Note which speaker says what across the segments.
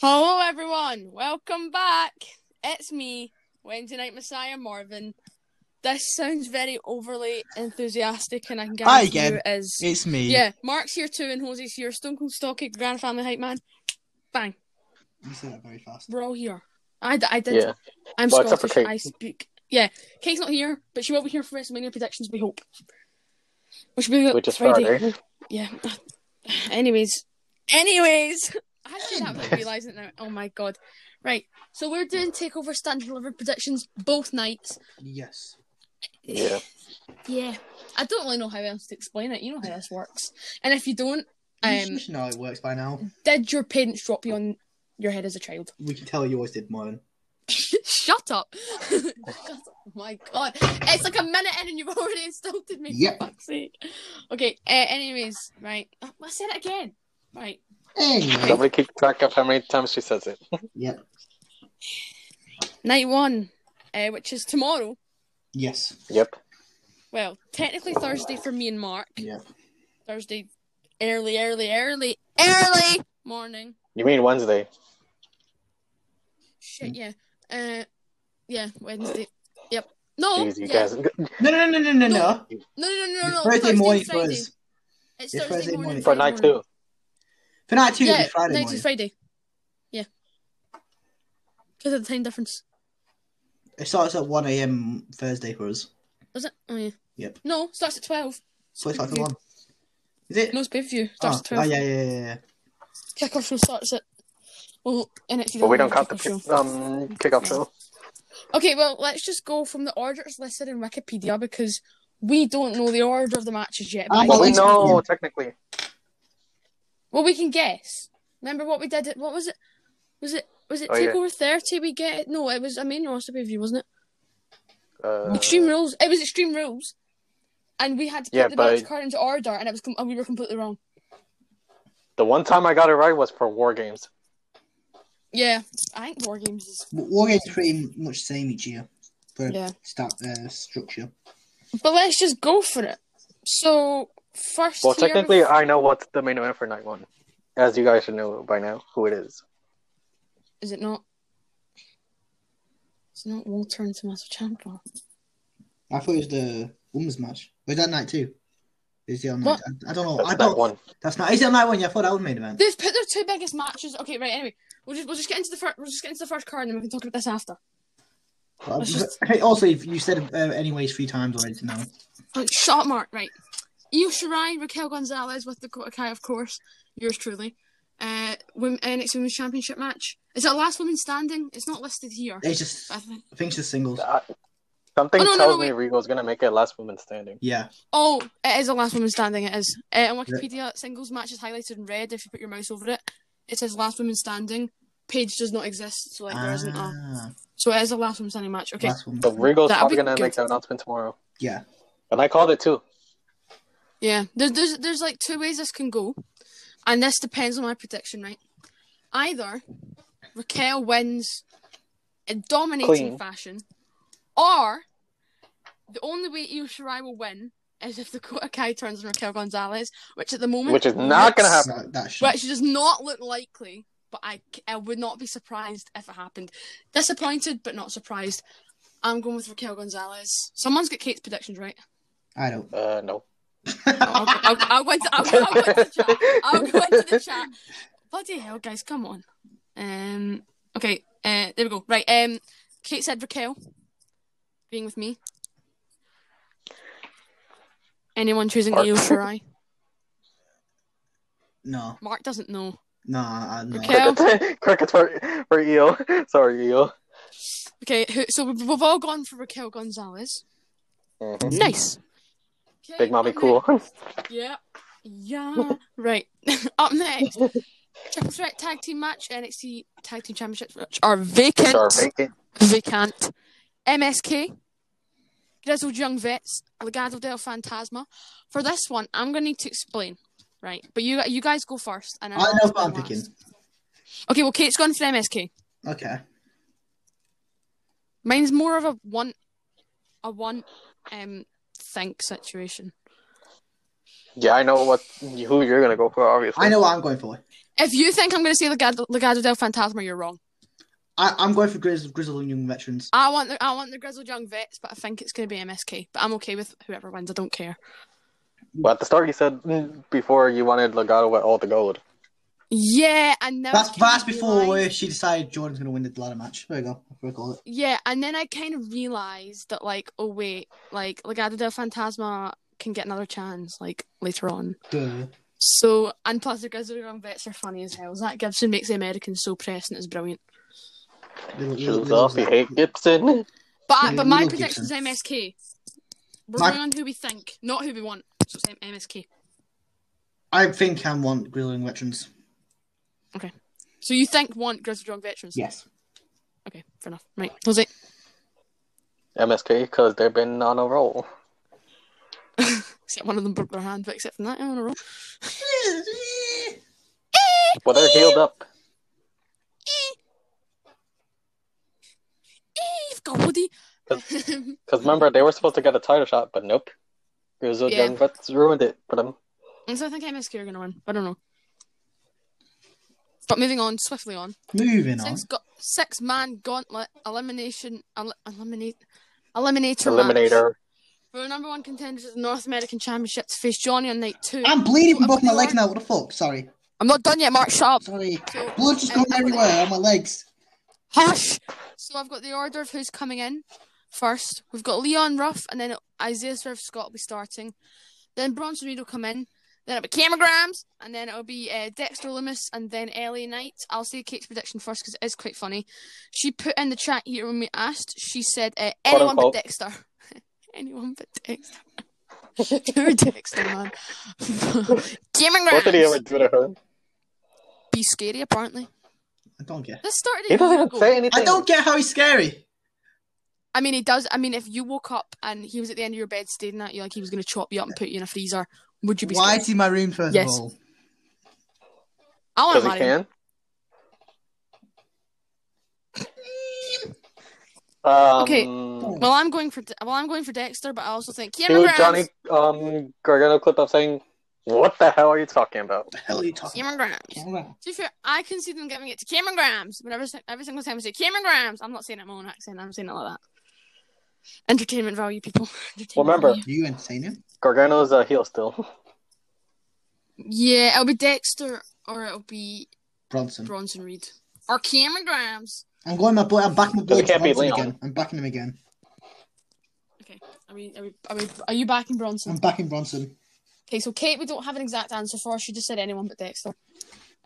Speaker 1: Hello, everyone. Welcome back. It's me, Wednesday Night Messiah Marvin. This sounds very overly enthusiastic, and I can guarantee
Speaker 2: Hi
Speaker 1: you
Speaker 2: again.
Speaker 1: it is.
Speaker 2: It's me.
Speaker 1: Yeah, Mark's here too, and Jose's here. Stone Cold Stocky, Grand Family Hype Man. Bang.
Speaker 2: You said it very fast.
Speaker 1: We're all here. I, d- I did.
Speaker 3: Yeah.
Speaker 1: I'm
Speaker 3: Well, except for
Speaker 1: Scottish.
Speaker 3: Kate.
Speaker 1: I speak. Yeah, Kate's not here, but she will be here for WrestleMania predictions, we hope. Which will be
Speaker 3: Which is
Speaker 1: Friday.
Speaker 3: Friday.
Speaker 1: Yeah. Anyways. Anyways. I should have realising it now. Oh my god. Right. So we're doing takeover stand and deliver predictions both nights.
Speaker 2: Yes.
Speaker 3: Yeah.
Speaker 1: Yeah. I don't really know how else to explain it. You know how this works. And if you don't,
Speaker 2: Um, you
Speaker 1: um
Speaker 2: should know how it works by now.
Speaker 1: did your parents drop you on your head as a child?
Speaker 2: We can tell you always did mine.
Speaker 1: Shut up. Shut up. Oh my god. It's like a minute in and you've already insulted me
Speaker 2: Yep.
Speaker 1: for fuck's sake. Okay, uh, anyways, right. Oh, I said it again. Right.
Speaker 2: Anyway.
Speaker 3: Nobody keep track of how many times she says it.
Speaker 2: Yep.
Speaker 1: Night one, uh, which is tomorrow.
Speaker 2: Yes.
Speaker 3: Yep.
Speaker 1: Well, technically Thursday for me and Mark.
Speaker 2: Yep.
Speaker 1: Thursday, early, early, early, early morning.
Speaker 3: You mean Wednesday?
Speaker 1: Shit, yeah. Uh, yeah, Wednesday. Yep. No,
Speaker 3: Jeez, you
Speaker 1: yeah.
Speaker 3: guys.
Speaker 2: No, no, no, no, no, no.
Speaker 1: No.
Speaker 2: no.
Speaker 1: no, no, no, no, no.
Speaker 2: Thursday
Speaker 1: Thursday,
Speaker 2: morning
Speaker 1: Friday.
Speaker 2: for us.
Speaker 1: It's
Speaker 2: Yeah,
Speaker 1: Thursday,
Speaker 2: Thursday
Speaker 1: morning.
Speaker 2: morning.
Speaker 3: For
Speaker 1: Friday
Speaker 3: night
Speaker 1: morning.
Speaker 3: two.
Speaker 2: For night two,
Speaker 1: yeah,
Speaker 2: it's Friday
Speaker 1: next
Speaker 2: morning.
Speaker 1: is Friday. Yeah. Because of the time difference.
Speaker 2: It starts at 1 a.m. Thursday for us.
Speaker 1: Was it? Oh, yeah.
Speaker 2: Yep.
Speaker 1: No, starts at 12.
Speaker 2: So it's like
Speaker 1: Yeah.
Speaker 2: 1. Is it?
Speaker 1: No, it's pay view. Starts
Speaker 2: oh,
Speaker 1: at
Speaker 2: oh,
Speaker 1: 12.
Speaker 2: yeah, yeah, yeah, yeah.
Speaker 1: Kickoff show starts at. Well, NXT.
Speaker 3: But we don't
Speaker 1: have a
Speaker 3: count the
Speaker 1: kickoff show.
Speaker 3: pick, um, kickoff show.
Speaker 1: Okay, well, let's just go from the orders listed in Wikipedia because we don't know the order of the matches yet. but
Speaker 2: Ah,
Speaker 1: I
Speaker 3: Well, we
Speaker 1: think-
Speaker 2: it's-
Speaker 3: know, technically.
Speaker 1: well, we can guess. Remember what we did? At, what was it? Was it was it
Speaker 3: Oh, yeah.
Speaker 1: Takeover Thirty? We get no. It was a main roster pay view, wasn't it?
Speaker 3: Uh,
Speaker 1: Extreme Rules. It was Extreme Rules, and we had to put
Speaker 3: Yeah,
Speaker 1: the
Speaker 3: but-
Speaker 1: match card into order, and it was com- and we were completely wrong.
Speaker 3: the one time I got it right was for War Games.
Speaker 1: Yeah, I think War Games is.
Speaker 2: W- War game's pretty much the same each year for
Speaker 1: Yeah.
Speaker 2: start uh, structure.
Speaker 1: But let's just go for it. So first,
Speaker 3: Well,
Speaker 1: here-
Speaker 3: technically, I know what's the main event for night one, as you guys should know by now who it is.
Speaker 1: Is it not? It's not Walter and Tommaso Ciampa.
Speaker 2: I thought it was the women's match. Was that night two? Is it on
Speaker 1: What?
Speaker 2: night? I, I don't
Speaker 1: Oh,
Speaker 2: know.
Speaker 3: That's
Speaker 2: I
Speaker 3: night
Speaker 2: don't.
Speaker 3: one.
Speaker 2: That's not. Is it on night one? Yeah, I thought that was main event.
Speaker 1: They've put their two biggest matches. Okay, right. Anyway, we'll just we'll just get into the first we'll just get into the first card, and then we can talk about this after.
Speaker 2: Well,
Speaker 1: Let's just-
Speaker 2: hey, also, if you said uh, anyways three times already now.
Speaker 1: Like, shut up, Mark. Right. Io Shirai, Raquel Gonzalez with Dakota Kai, of course. Yours truly. Uh, women, NXT Women's Championship match. Is it the last woman standing? It's not listed here.
Speaker 2: It's just,
Speaker 1: I think.
Speaker 2: I think it's just singles.
Speaker 3: I, something
Speaker 1: Oh, no, no,
Speaker 3: tells
Speaker 1: no,
Speaker 3: me Regal's gonna make it last woman standing.
Speaker 2: Yeah,
Speaker 1: Oh, it is the last woman standing. It is. Uh, on Wikipedia, singles match is highlighted in red. If you put your mouse over it, it says last woman standing. Page does not exist, so like there isn't a.
Speaker 2: Ah,
Speaker 1: So it is a last woman standing match. Okay.
Speaker 2: last one.
Speaker 3: But Regal's
Speaker 1: That'll
Speaker 3: probably
Speaker 1: be
Speaker 3: gonna
Speaker 1: good.
Speaker 3: make that announcement tomorrow,
Speaker 2: Yeah,
Speaker 3: and I called it too.
Speaker 1: Yeah, there's there's there's like two ways this can go, and this depends on my prediction, right? Either Raquel wins in dominating
Speaker 3: Clean.
Speaker 1: fashion, or the only way Io Shirai will win is if Dakota Kai turns on Raquel Gonzalez, which at the moment
Speaker 3: Which is not gonna
Speaker 1: looks-
Speaker 2: that,
Speaker 3: happen.
Speaker 2: that should,
Speaker 1: Which does not look likely, but I c- I would not be surprised if it happened. Disappointed, but not surprised. I'm going with Raquel Gonzalez. Someone's got Kate's predictions right.
Speaker 2: I don't.
Speaker 3: Uh, no.
Speaker 1: I'll, I'll, I'll, go into, I'll, go- I'll go into the chat. I'll go into the chat. Bloody hell, guys, come on. Um, okay, uh, there we go. Right, um, Kate said Raquel, being with me. Anyone choosing
Speaker 3: Mark.
Speaker 1: Io Shirai?
Speaker 2: No,
Speaker 1: Mark doesn't know.
Speaker 2: no, I- no.
Speaker 1: Okay.
Speaker 3: Crickets, crickets for, for EO. Sorry, E EO.
Speaker 1: Okay, who, so we've, we've all gone for Raquel Gonzalez. Mm-hmm.
Speaker 3: Mhm.
Speaker 1: Nice.
Speaker 3: Big mommy
Speaker 1: up
Speaker 3: cool.
Speaker 1: next- Yeah. Yeah. right. up next, triple threat tag team match, NXT tag team championships, which are vacant.
Speaker 3: Sorry, vacant.
Speaker 1: Vacant. MSK. Grizzled Young Vets. Legado del Fantasma. For this one, I'm going to need to explain. Right. But you you guys go first. And
Speaker 2: I
Speaker 1: I'll
Speaker 2: know what I'm
Speaker 1: explain
Speaker 2: picking.
Speaker 1: last. Okay, well, Kate's gone for MSK.
Speaker 2: Okay,
Speaker 1: Mine's more of a one a one um think situation.
Speaker 3: Yeah, I know what who you're gonna go for. Obviously,
Speaker 2: I know what I'm going for.
Speaker 1: If you think I'm going to say Legado, Legado del Fantasma, you're wrong.
Speaker 2: I, I'm going for Grizz, Grizzle and Young Veterans.
Speaker 1: I want the I want the Grizzled Young Vets, but I think it's going to be MSK. But I'm okay with whoever wins. I don't care.
Speaker 3: But at the start, you said mm, before you wanted Legato with all the gold.
Speaker 1: Yeah, and now
Speaker 2: That's
Speaker 1: I kinda
Speaker 2: that's before
Speaker 1: realised-
Speaker 2: uh, she decided Jordan's going to win the ladder match. There you go. That's what I call it.
Speaker 1: Yeah, and then I kind of realized that, like, oh wait, like Legado del Fantasma can get another chance, like later on.
Speaker 2: Duh.
Speaker 1: So, and plus the Grizzled Young Vets are funny as hell. Zach Gibson makes the Americans so present. It's brilliant.
Speaker 2: They look- they look-
Speaker 3: Shoes
Speaker 2: they look-
Speaker 3: off, you hate Gibson.
Speaker 1: But I-
Speaker 2: Yeah,
Speaker 1: but
Speaker 2: you
Speaker 1: my
Speaker 2: don't
Speaker 1: prediction is
Speaker 2: think so.
Speaker 1: MSK. We're
Speaker 2: My-
Speaker 1: going on who we think, not who we want. So it's MSK.
Speaker 2: I think I want Grizzle and Veterans.
Speaker 1: So you think want Grizzled Young Veterans?
Speaker 2: Yes.
Speaker 1: Okay, fair enough. Right, was it?
Speaker 3: MSK, because they've been on a roll.
Speaker 1: Except one of them broke their hand, but except from that, I'm on a roll.
Speaker 3: Well, they're healed up.
Speaker 1: Eh. Eve Goldie.
Speaker 3: Because remember, they were supposed to get a title shot, but nope. Grizzled
Speaker 1: Yeah.
Speaker 3: Young Vets ruined it for them.
Speaker 1: And so I think MSK are going to win. I don't know. But moving on, swiftly on.
Speaker 2: Moving on.
Speaker 1: Six, go- six man gauntlet elimination. El- eliminate. Eliminator. Match.
Speaker 3: Eliminator.
Speaker 1: For the number one contenders of the North American Championship to face Johnny on night two.
Speaker 2: I'm bleeding from
Speaker 1: What
Speaker 2: both my
Speaker 1: are-
Speaker 2: legs now. What the fuck? Sorry.
Speaker 1: I'm not done yet, Mark. Shut up.
Speaker 2: Sorry.
Speaker 1: So-
Speaker 2: Blood's just going
Speaker 1: Um,
Speaker 2: everywhere on my legs.
Speaker 1: Hush! So I've got the order of who's coming in first. We've got Leon Ruff, and then Isaiah Swerve Scott will be starting. Then Bronson Reed will come in. Then it'll be Cameron Grams, and then it'll be uh, Dexter Loomis, and then Ellie Knight. I'll say Kate's prediction first because it is quite funny. She put in the chat here when we asked. She said, uh, "Anyone but
Speaker 3: unquote.
Speaker 1: Dexter." Anyone but Dexter. Poor Dexter, man. Cameron
Speaker 3: What did he ever
Speaker 1: Grams.
Speaker 3: do to her?
Speaker 1: Be scary, apparently.
Speaker 2: I don't care.
Speaker 1: This started. a
Speaker 3: He doesn't
Speaker 1: year
Speaker 3: even
Speaker 1: ago.
Speaker 3: say anything.
Speaker 2: I don't care how he's scary.
Speaker 1: I mean, he does. I mean, if you woke up and he was at the end of your bed staring at you like he was going to chop you up and put you in a freezer, would you be
Speaker 2: Why
Speaker 1: scared?
Speaker 2: is he in my room first
Speaker 1: Yes.
Speaker 2: of all?
Speaker 1: I want to
Speaker 3: Because he
Speaker 1: marry him.
Speaker 3: can. Um,
Speaker 1: Okay.
Speaker 3: Who
Speaker 1: Well, I'm going for De- well, I'm going for Dexter, but I also think Cameron Grimes.
Speaker 3: Johnny um, Gargano clipped up saying, "What the hell are you talking about?"
Speaker 2: The hell are you talking
Speaker 1: Cameron Grimes.
Speaker 2: about? Alright.
Speaker 1: To be fair, I can see them giving it to Cameron Grimes. But every, si- every single time I say Cameron Grimes, I'm not saying it in my own accent. I'm saying it like that. Entertainment value, people. Entertainment
Speaker 3: Remember-
Speaker 1: value.
Speaker 2: Are you entertain him?
Speaker 3: Gargano's a heel still.
Speaker 1: Yeah, it'll be Dexter or it'll be
Speaker 2: Bronson.
Speaker 1: Bronson Reed or Cameron Grimes.
Speaker 2: I'm going my boy. I'm backing my boy
Speaker 3: Because it can't be
Speaker 2: Bronson
Speaker 3: Leon.
Speaker 2: again. I'm backing him again.
Speaker 1: Are we? Are we? Are, we, are you backing Bronson?
Speaker 2: I'm backing Bronson.
Speaker 1: Okay, so Kate, we don't have an exact answer for. She just said anyone but Dexter. Uh,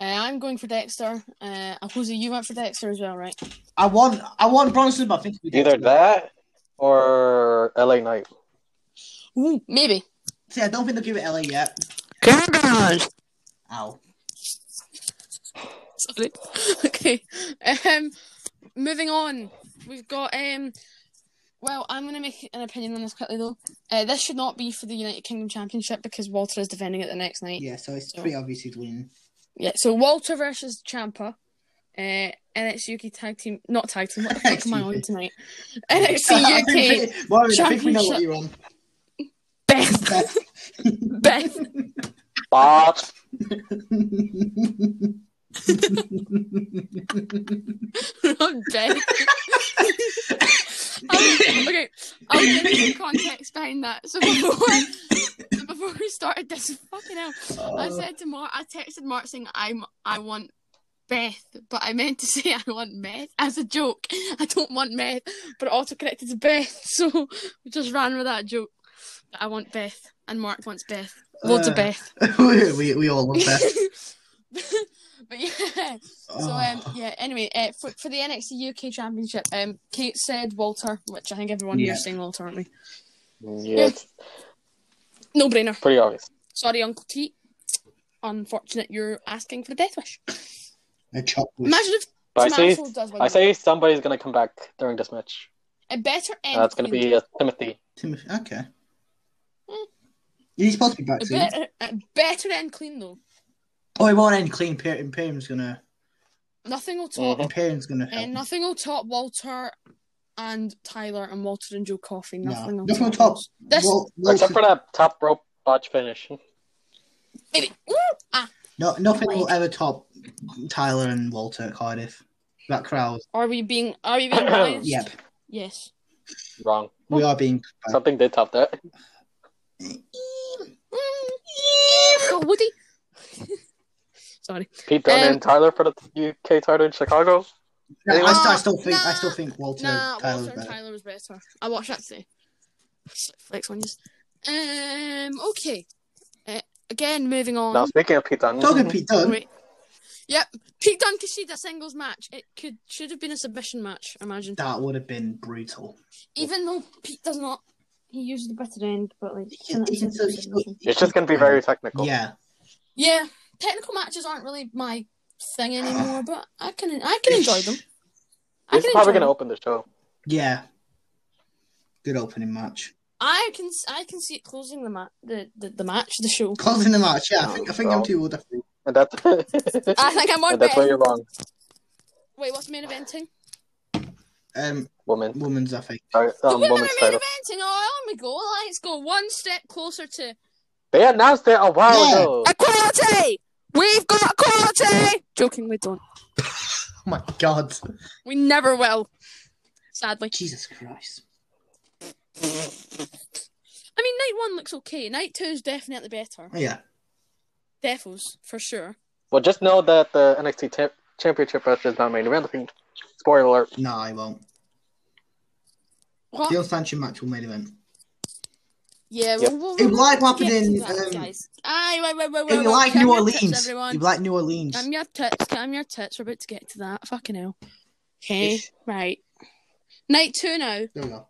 Speaker 1: I'm going for Dexter. Uh, and Jose, you went for Dexter as well, right?
Speaker 2: I want I want Bronson, but I think we
Speaker 3: Either that or LA Knight.
Speaker 1: Ooh, maybe.
Speaker 2: See, I don't think they'll give it LA yet. Ow.
Speaker 1: Sorry. okay. Um, moving on. We've got um. Well, I'm going to make an opinion on this quickly though. Uh, this should not be for the United Kingdom Championship because Walter is defending it the next night.
Speaker 2: Yeah, so it's pretty obvious he's winning.
Speaker 1: Yeah, so Walter versus Champa. Uh, NXT UK tag team, not tag team. What the fuck am I on tonight?
Speaker 2: I've
Speaker 1: NXT UK
Speaker 2: been pretty- Warren, I think we know what
Speaker 1: Championship.
Speaker 2: you're on.
Speaker 1: Beth Beth
Speaker 3: Bot.
Speaker 1: I'm dead. Um, okay, I'll give you some context behind that. So before, so before we started this, fucking hell,
Speaker 2: Uh.
Speaker 1: I said to Mark, I texted Mark saying I'm, I want Beth, but I meant to say I want meth as a joke. I don't want meth, but it auto-corrected to Beth, so we just ran with that joke. I want Beth, and Mark wants Beth. Loads
Speaker 2: Uh,
Speaker 1: of Beth.
Speaker 2: we, we, we all love that. Oh,
Speaker 1: but yeah. So um, yeah. Anyway, uh, for for the NXT UK Championship, um, Kate said Walter, which I think everyone
Speaker 2: Yeah.
Speaker 1: here's saying Walter, aren't we?
Speaker 3: Yeah, it's
Speaker 1: No brainer.
Speaker 3: pretty obvious.
Speaker 1: Sorry, Uncle T. Unfortunate, you're asking for a death wish.
Speaker 2: a chop with
Speaker 1: Imagine if
Speaker 3: But I
Speaker 1: Tommaso
Speaker 3: say,
Speaker 1: does win.
Speaker 3: I say somebody's gonna come back during this match.
Speaker 1: a better end.
Speaker 3: That's gonna be uh, Timothy.
Speaker 2: Timothy. Okay. He's supposed to be back
Speaker 1: Hmm. a
Speaker 2: soon.
Speaker 1: better, a better end clean though.
Speaker 2: Oh, he won't end clean. Pe- Imperium's gonna.
Speaker 1: Nothing will top.
Speaker 3: Mhm.
Speaker 2: Imperium's gonna.
Speaker 1: Uh,
Speaker 2: Help.
Speaker 1: nothing will top Walter and Tyler and Walter and Joe Coffey.
Speaker 2: No,
Speaker 1: Nothing will
Speaker 2: nothing will
Speaker 1: top.
Speaker 2: top.
Speaker 1: those. This
Speaker 2: Well,
Speaker 3: Except for that top rope botch finish.
Speaker 1: baby. Ooh, ah,
Speaker 2: no, nothing will ever top Tyler and Walter at Cardiff. That crowd.
Speaker 1: Are we being are we being biased?
Speaker 2: Yep,
Speaker 1: Yes.
Speaker 3: Wrong.
Speaker 2: we are being.
Speaker 3: Something did top that.
Speaker 1: Go, Woody. Sorry.
Speaker 3: Pete Dunne
Speaker 1: Um,
Speaker 3: and Tyler for the UK title in Chicago.
Speaker 2: I, I, still, I still think
Speaker 1: Ah, Nah,
Speaker 2: I still think Walter
Speaker 1: nah,
Speaker 2: Tyler's
Speaker 1: Walter and
Speaker 2: better.
Speaker 1: Tyler was better. I watched that today. Flex on yous. Um. Okay. Uh, again, moving on.
Speaker 3: Now speaking of Pete Dunne,
Speaker 2: Talking Pete Dunne.
Speaker 1: Wait. Yep. Pete Dunne conceded a singles match. It could should have been a submission match. I imagine.
Speaker 2: That would have been brutal.
Speaker 1: Even though Pete does not, he used the better end, but like.
Speaker 3: it's just gonna be very technical.
Speaker 2: Yeah,
Speaker 1: Yeah, technical matches aren't really my thing anymore, but I can I can enjoy them. I
Speaker 3: He's
Speaker 1: can
Speaker 3: probably
Speaker 1: enjoy
Speaker 3: gonna
Speaker 1: them.
Speaker 3: open the show.
Speaker 2: yeah. Good opening match.
Speaker 1: I can I can see it closing the ma- the, the the match, the show.
Speaker 2: Closing the match. Yeah, I think I think I'm
Speaker 3: Well.
Speaker 2: too old. I think.
Speaker 3: And that's
Speaker 1: I think I'm on
Speaker 3: and that's
Speaker 1: better.
Speaker 3: where you're wrong,
Speaker 1: Wait, what's main eventing?
Speaker 2: Um,
Speaker 3: woman.
Speaker 2: women's. I think.
Speaker 3: Sorry,
Speaker 1: The
Speaker 3: um,
Speaker 1: women are main
Speaker 3: woman's title.
Speaker 1: eventing. Oh, on we go. Let's go one step closer to
Speaker 3: They announced it a while
Speaker 2: Yeah.
Speaker 3: ago.
Speaker 1: equality. We've got equality. Joking, we don't.
Speaker 2: Oh my God.
Speaker 1: We never will. Sadly,
Speaker 2: Jesus Christ.
Speaker 1: I mean, night one looks okay. Night two is definitely better.
Speaker 2: Oh, yeah.
Speaker 1: Defos for sure.
Speaker 3: Well, just know that the NXT champ- Championship match is not main eventing. Spoiler alert.
Speaker 2: No, I won't.
Speaker 1: What?
Speaker 2: The unsanctioned match will main event.
Speaker 1: Yeah,
Speaker 3: Yep.
Speaker 1: well,
Speaker 2: It'd be like what happened
Speaker 1: Get
Speaker 2: in,
Speaker 1: to that,
Speaker 2: um,
Speaker 1: guys. Aye, wait, wait, wait,
Speaker 2: It'd
Speaker 1: wait,
Speaker 2: be
Speaker 1: wait.
Speaker 2: like
Speaker 1: Calm
Speaker 2: New
Speaker 1: your tits,
Speaker 2: Orleans.
Speaker 1: everyone.
Speaker 2: It'd be like New Orleans.
Speaker 1: Calm your tits, calm your tits. We're about to get to that. Fucking hell. Okay,
Speaker 2: Ish.
Speaker 1: right. Night two now.
Speaker 2: There we go.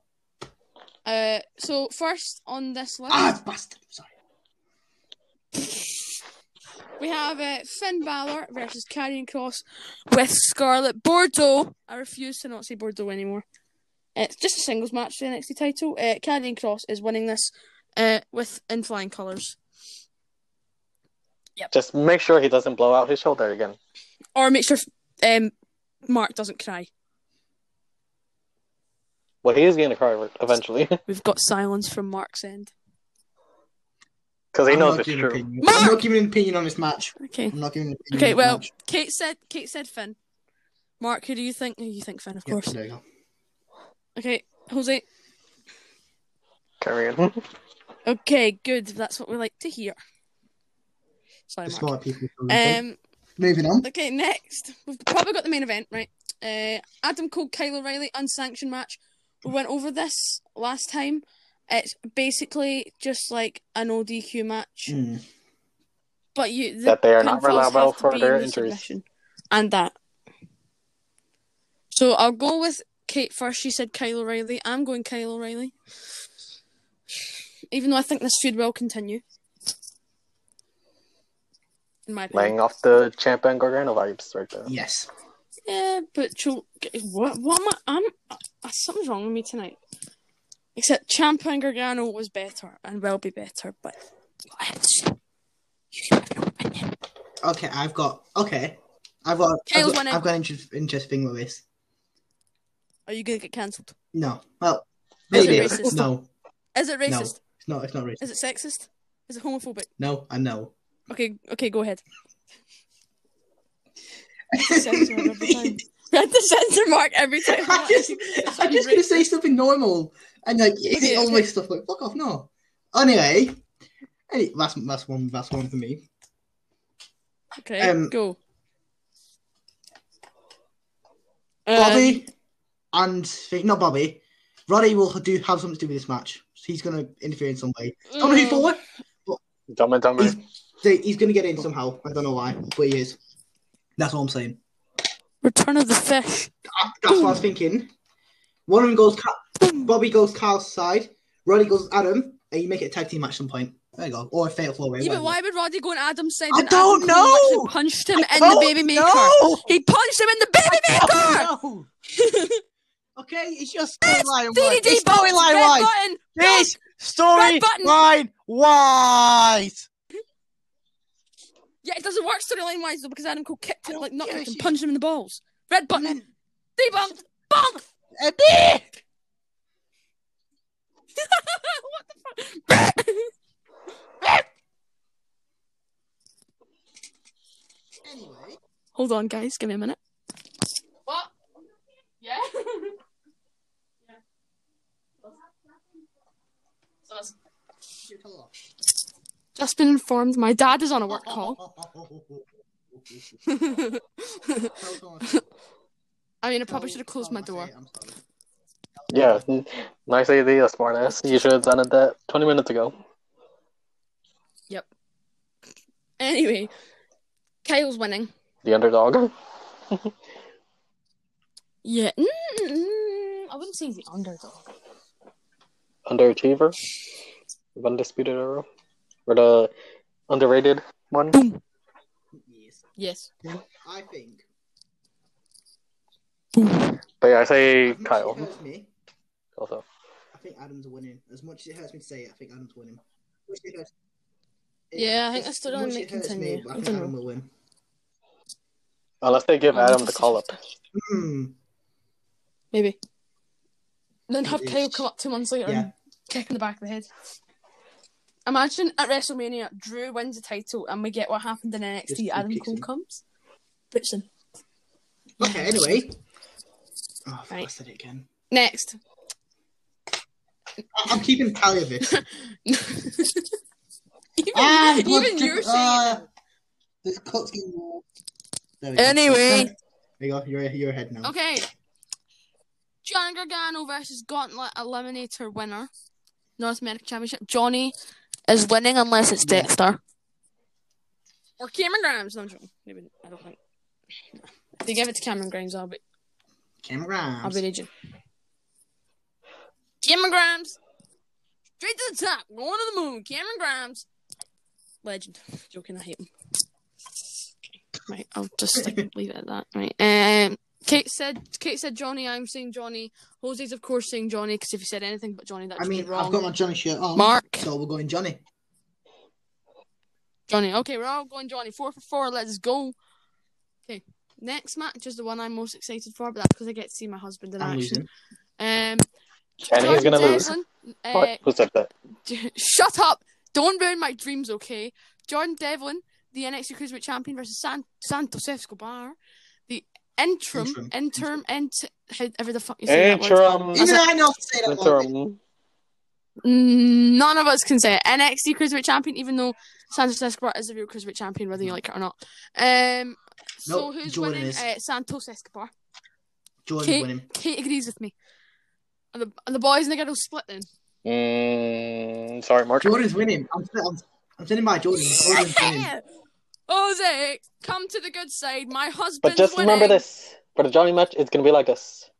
Speaker 1: Uh, so first on this list,
Speaker 2: Ah, bastard. Sorry.
Speaker 1: we have uh, Finn Balor versus Karrion Cross with Scarlet Bordeaux. I refuse to not say Bordeaux anymore. It's just a singles match for the NXT title. Uh, Karrion Cross is winning this uh, with in flying colours.
Speaker 3: Just make sure he doesn't blow out his shoulder again.
Speaker 1: Or make sure um, Mark doesn't cry.
Speaker 3: Well, he is going to cry eventually
Speaker 1: We've got silence from Mark's end.
Speaker 3: because he
Speaker 2: I'm
Speaker 3: knows
Speaker 2: not
Speaker 3: it's
Speaker 2: giving an
Speaker 3: true.
Speaker 2: opinion.
Speaker 1: Mark!
Speaker 2: I'm not giving an opinion on this match.
Speaker 1: Okay.
Speaker 2: I'm not giving an opinion.
Speaker 1: Okay,
Speaker 2: on this
Speaker 1: well,
Speaker 2: match.
Speaker 1: Kate said Kate said Finn. Mark, who do you think? Who you think Finn, of
Speaker 2: Yeah,
Speaker 1: course.
Speaker 2: there you go.
Speaker 1: Okay, Jose.
Speaker 3: Carry on.
Speaker 1: Okay, good. That's what we like to hear. Sorry,
Speaker 2: The
Speaker 1: Mark.
Speaker 2: smart people.
Speaker 1: Um.
Speaker 2: Moving on.
Speaker 1: Okay, next we've probably got the main event right. Uh, Adam Cole, Kyle O'Reilly, unsanctioned match. We went over this last time. It's basically just like an ODQ match,
Speaker 2: Mm.
Speaker 1: but you the
Speaker 3: That they are not
Speaker 1: pinfalls
Speaker 3: reliable
Speaker 1: have to
Speaker 3: for
Speaker 1: be
Speaker 3: their
Speaker 1: in the
Speaker 3: injuries.
Speaker 1: submission. and that. So I'll go with Kate first. She said Kyle O'Reilly. I'm going Kyle O'Reilly. Even though I think this feud will continue. In my opinion.
Speaker 3: Laying off the champ and Gargano vibes right there.
Speaker 2: Yes.
Speaker 1: Yeah, but Cho- what? What am I? I'm, uh, something's wrong with me tonight. Except Champa and Gargano was better and will be better, but you can have your opinion.
Speaker 2: Okay, I've got. Okay. I've got. I've
Speaker 1: Kale's
Speaker 2: got,
Speaker 1: winning.
Speaker 2: I've got an interest, interesting with this.
Speaker 1: Are you gonna get cancelled?
Speaker 2: No. Well,
Speaker 1: Is
Speaker 3: it
Speaker 2: maybe.
Speaker 1: racist?
Speaker 2: No.
Speaker 1: Is it
Speaker 2: No.
Speaker 1: racist?
Speaker 2: It's not. It's not racist.
Speaker 1: Is it sexist? Is it homophobic?
Speaker 2: No. I know.
Speaker 1: Okay, okay, go ahead. Censor mark every time. We had to censor mark every time.
Speaker 2: I'm just, I'm just gonna say something normal, and like is
Speaker 1: Okay,
Speaker 2: it
Speaker 1: okay.
Speaker 2: always stuff like fuck off? No. Anyway, hey, that's that's one that's one for me.
Speaker 1: Okay,
Speaker 2: um,
Speaker 1: go. Um,
Speaker 2: Bobby and Finn- not Bobby. Roddy will do have something to do with this match. He's gonna interfere in some way. I
Speaker 1: Mm.
Speaker 2: don't know who for.
Speaker 3: Dumb and Dumber.
Speaker 2: He's, they- he's gonna get in somehow. I don't know why, but he is. That's what I'm saying.
Speaker 1: Return of the Fish.
Speaker 2: I- That's what I was thinking. One of them goes. Ka- Bobby goes Kyle's side. Roddy goes Adam, and you make it a tag team match some point. There you go, or a fatal four way.
Speaker 1: Yeah, but why would Roddy go on Adam's side?
Speaker 2: I
Speaker 1: and Adam
Speaker 2: don't
Speaker 1: Cole actually
Speaker 2: know!
Speaker 1: Punched him in
Speaker 2: Oh,
Speaker 1: the baby maker. He punched him in the baby maker.
Speaker 2: No. okay, it's your storyline wise.
Speaker 1: DDD
Speaker 2: It's storyline
Speaker 1: red
Speaker 2: wise.
Speaker 1: button.
Speaker 2: This
Speaker 1: Red button.
Speaker 2: storyline wise.
Speaker 1: Yeah, it doesn't work storyline wise though because Adam Cole kicked him, like not
Speaker 2: Yeah,
Speaker 1: kicked him,
Speaker 2: she- Mm.
Speaker 1: punched him in the balls. Red button. Debunked. Bonk.
Speaker 2: And then-
Speaker 1: what the fuck?
Speaker 2: Anyway,
Speaker 1: Hold on, guys. Give me a minute. What? Yeah. Just been informed my dad is on a work call. I mean, I
Speaker 2: Oh,
Speaker 1: probably should have closed my door.
Speaker 3: Yeah, nice idea, smartass. You should have done it that 20 minutes ago.
Speaker 1: Anyway, Kyle's winning.
Speaker 3: The underdog.
Speaker 1: Yeah. mm mm, mm. I wouldn't say he's the underdog.
Speaker 3: Underachiever. Of Undisputed Era. Or the underrated one.
Speaker 2: Yes,
Speaker 1: Yes.
Speaker 2: I think.
Speaker 3: But yeah, I say
Speaker 2: As much as it
Speaker 3: Kyle.
Speaker 2: hurts me,
Speaker 3: Also.
Speaker 2: I think Adam's winning. As much as it hurts me to say it, I think Adam's winning.
Speaker 1: Yeah, I think I still don't
Speaker 2: make
Speaker 1: make continue.
Speaker 2: I
Speaker 1: I
Speaker 2: think
Speaker 1: don't
Speaker 2: Adam
Speaker 1: know.
Speaker 2: will win.
Speaker 3: Unless they give
Speaker 1: Um,
Speaker 3: Adam the call up.
Speaker 2: Hmm.
Speaker 1: Maybe. Then have
Speaker 2: It is-
Speaker 1: Kyle come up two months later
Speaker 2: Yeah.
Speaker 1: and kick in the back of the head. Imagine at WrestleMania, Drew wins the title and we get what happened in NXT.
Speaker 2: Just
Speaker 1: Adam
Speaker 2: kicks
Speaker 1: Cole
Speaker 2: him.
Speaker 1: comes. Puts him.
Speaker 2: Okay, anyway. Oh, I
Speaker 1: Right.
Speaker 2: said it again.
Speaker 1: Next.
Speaker 2: I- I'm keeping tally of it.
Speaker 1: Even,
Speaker 2: And blood
Speaker 1: even
Speaker 2: drip-
Speaker 1: you're saying
Speaker 2: uh, There's cuts getting more. There we go.
Speaker 1: Anyway.
Speaker 2: There you go. You're, you're ahead now.
Speaker 1: Okay. Johnny Gargano versus Gauntlet Eliminator winner. North American Championship. Johnny is winning unless it's
Speaker 2: Yeah.
Speaker 1: Dexter. Or Cameron Grimes. No, I'm joking. Maybe, I don't think. If they give it to Cameron Grimes, I'll be,
Speaker 2: Cameron Grimes.
Speaker 1: I'll be raging. Cameron Grimes. Straight to the top. Going to the moon. Cameron Grimes. Legend. Joking, I hate him. Right, I'll just like, leave it at that. Right. Um, Kate said, Kate said Johnny. I'm saying Johnny. Jose's of course saying Johnny because if he said anything but Johnny, that
Speaker 2: I
Speaker 1: would
Speaker 2: mean,
Speaker 1: be wrong.
Speaker 2: I've got my Johnny shirt on.
Speaker 1: Mark.
Speaker 2: So we're going Johnny.
Speaker 1: Johnny. Okay, we're all going Johnny. Four for four. Let's go. Okay, next match is the one I'm most excited for, but that's because I get to see my husband in
Speaker 2: I'm
Speaker 1: action.
Speaker 2: losing.
Speaker 1: Um,
Speaker 3: And he's
Speaker 1: Jordan
Speaker 3: gonna lose.
Speaker 1: Devlin, uh,
Speaker 3: What? Who said that?
Speaker 1: Shut up! Don't ruin my dreams, okay? Jordan Devlin, the NXT Cruiserweight Champion versus San- Santos Escobar, the interim,
Speaker 2: Interim.
Speaker 1: interim, interim, ent- however the fuck you say that word.
Speaker 3: Interim.
Speaker 1: That's
Speaker 2: Even
Speaker 1: it.
Speaker 2: I know how to say that one.
Speaker 3: Interim.
Speaker 1: None of us can say it. NXT Cruiserweight Champion, even though Santos Escobar is the real Cruiserweight Champion,
Speaker 3: Mm.
Speaker 1: whether you like it or not. Um, so
Speaker 2: Nope,
Speaker 1: who's
Speaker 2: Jordan
Speaker 1: winning?
Speaker 2: is.
Speaker 1: Uh, Santos Escobar.
Speaker 2: Jordan's
Speaker 1: Kate,
Speaker 2: winning.
Speaker 1: Kate agrees with me. And the, and the boys and the girls split then.
Speaker 3: Mm, sorry, Mark.
Speaker 2: Jordan's winning. I'm, I'm, I'm sending my Jordan. Jordan's winning.
Speaker 1: Jose, come to the good side. My husband's
Speaker 3: But just
Speaker 1: winning.
Speaker 3: remember this. For the Johnny match, it's going to be like this.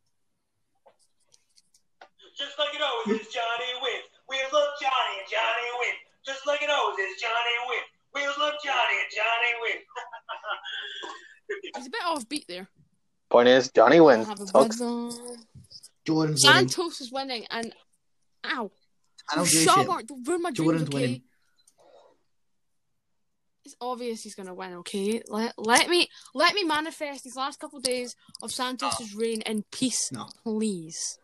Speaker 4: Just like it always is, Johnny wins. We love Johnny and Johnny wins. Just like it always is, Johnny wins. We love Johnny and Johnny wins.
Speaker 1: He's a bit offbeat there.
Speaker 3: Point is, Johnny wins.
Speaker 1: Have a
Speaker 3: Sucks.
Speaker 1: weather.
Speaker 2: Jordan's winning.
Speaker 1: Santos is winning, and ow,
Speaker 2: I don't give a
Speaker 1: shut
Speaker 2: shit.
Speaker 1: Mark, don't ruin my dreams,
Speaker 2: Jordan's
Speaker 1: okay?
Speaker 2: winning.
Speaker 1: It's obvious he's gonna win, okay? Let let me let me manifest these last couple days of Santos' reign in peace,
Speaker 2: No.
Speaker 1: please.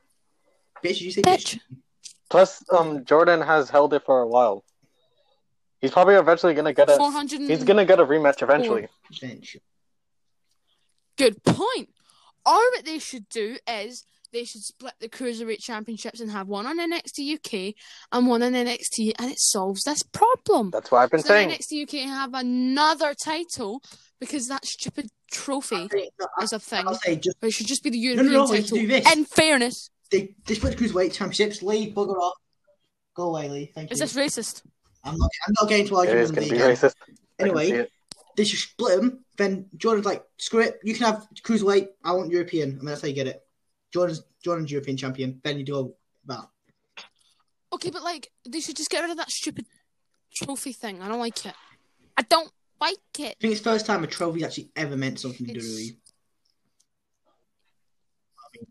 Speaker 2: Bitch, you say bitch.
Speaker 1: Bitch.
Speaker 3: Plus, um, Jordan has held it for a while. He's probably eventually going to get
Speaker 1: Four
Speaker 3: a.
Speaker 1: hundred.
Speaker 3: He's going to get a rematch eventually.
Speaker 2: Bench.
Speaker 1: Good point. Or what they should do is they should split the cruiserweight championships and have one on NXT UK and one on NXT, and it solves this problem.
Speaker 3: That's what I've been
Speaker 1: So then
Speaker 3: saying.
Speaker 1: NXT UK have another title because that stupid trophy
Speaker 2: No, I-
Speaker 1: is a thing.
Speaker 2: I'll say just
Speaker 1: It should just be the
Speaker 2: no,
Speaker 1: European
Speaker 2: no, we should
Speaker 1: title.
Speaker 2: do this.
Speaker 1: In fairness,
Speaker 2: they, they split the cruiserweight championships. Lee, bugger off. Go away, Lee. Thank you.
Speaker 1: is this racist?
Speaker 2: I'm not. I'm not getting to
Speaker 3: It
Speaker 2: argue
Speaker 3: is
Speaker 2: with
Speaker 3: going
Speaker 2: Lee
Speaker 3: to be
Speaker 2: again.
Speaker 3: racist. I can see
Speaker 2: Anyway,
Speaker 3: it.
Speaker 2: they should split them. Then Jordan's like, screw it. You can have cruiserweight. I want European, and that's how you get it. Jordan's Jordan's European champion. Then you do all that.
Speaker 1: Okay, but like they should just get rid of that stupid trophy thing. I don't like it. I don't like it.
Speaker 2: I think it's the first time a trophy actually ever meant something to
Speaker 1: It's-
Speaker 2: WWE.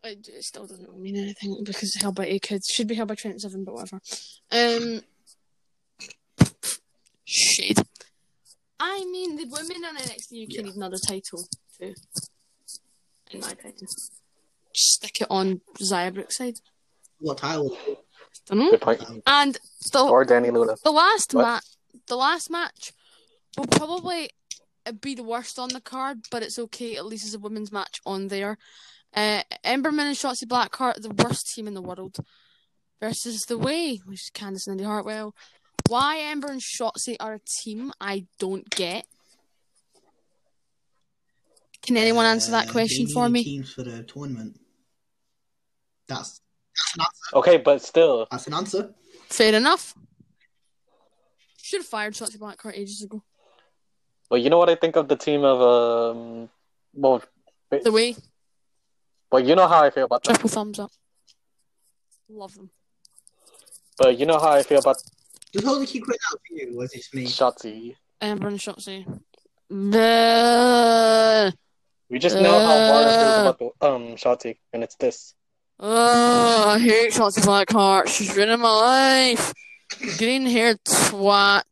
Speaker 1: It it still doesn't mean anything because held by eight kids should be held by Trent Seven, but whatever. Um, shade. I mean, the women on NXT UK
Speaker 2: Yeah.
Speaker 1: need another title too, in my opinion. Just stick it on Zaya Brookside.
Speaker 2: What title?
Speaker 1: Don't know.
Speaker 3: Good point.
Speaker 1: And the
Speaker 3: Or Danny Luna.
Speaker 1: the last
Speaker 3: What?
Speaker 1: match, the last match will probably it'd be the worst on the card, but it's okay. At least it's a women's match on there. Uh, Emberman and Shotzi Blackheart, the worst team in the world, versus The Way, which is Candice and Indy Hartwell. Why Ember and Shotzi are a team, I don't get. Can anyone answer that
Speaker 2: Uh,
Speaker 1: question
Speaker 2: they
Speaker 1: for
Speaker 2: need
Speaker 1: me?
Speaker 2: Teams for the tournament. That's that's an answer.
Speaker 3: Okay, but still,
Speaker 2: That's an answer.
Speaker 1: Fair enough. Should have fired Shotzi Blackheart ages ago.
Speaker 3: but you know what I think of the team of um, well,
Speaker 1: The Way,
Speaker 3: but you know how I feel about them.
Speaker 1: triple thumbs up. Love them.
Speaker 3: But you know how I feel about
Speaker 2: Does Holly keep going out for you, or is it just me?
Speaker 3: Shotzi.
Speaker 1: Ember and Shotzi. Bleh.
Speaker 3: We just know how Mara feels
Speaker 1: Uh.
Speaker 3: about the, um Shotzi, and it's this.
Speaker 1: Oh, I hate Shotzi Blackheart. She's ruining my life. Green haired twat.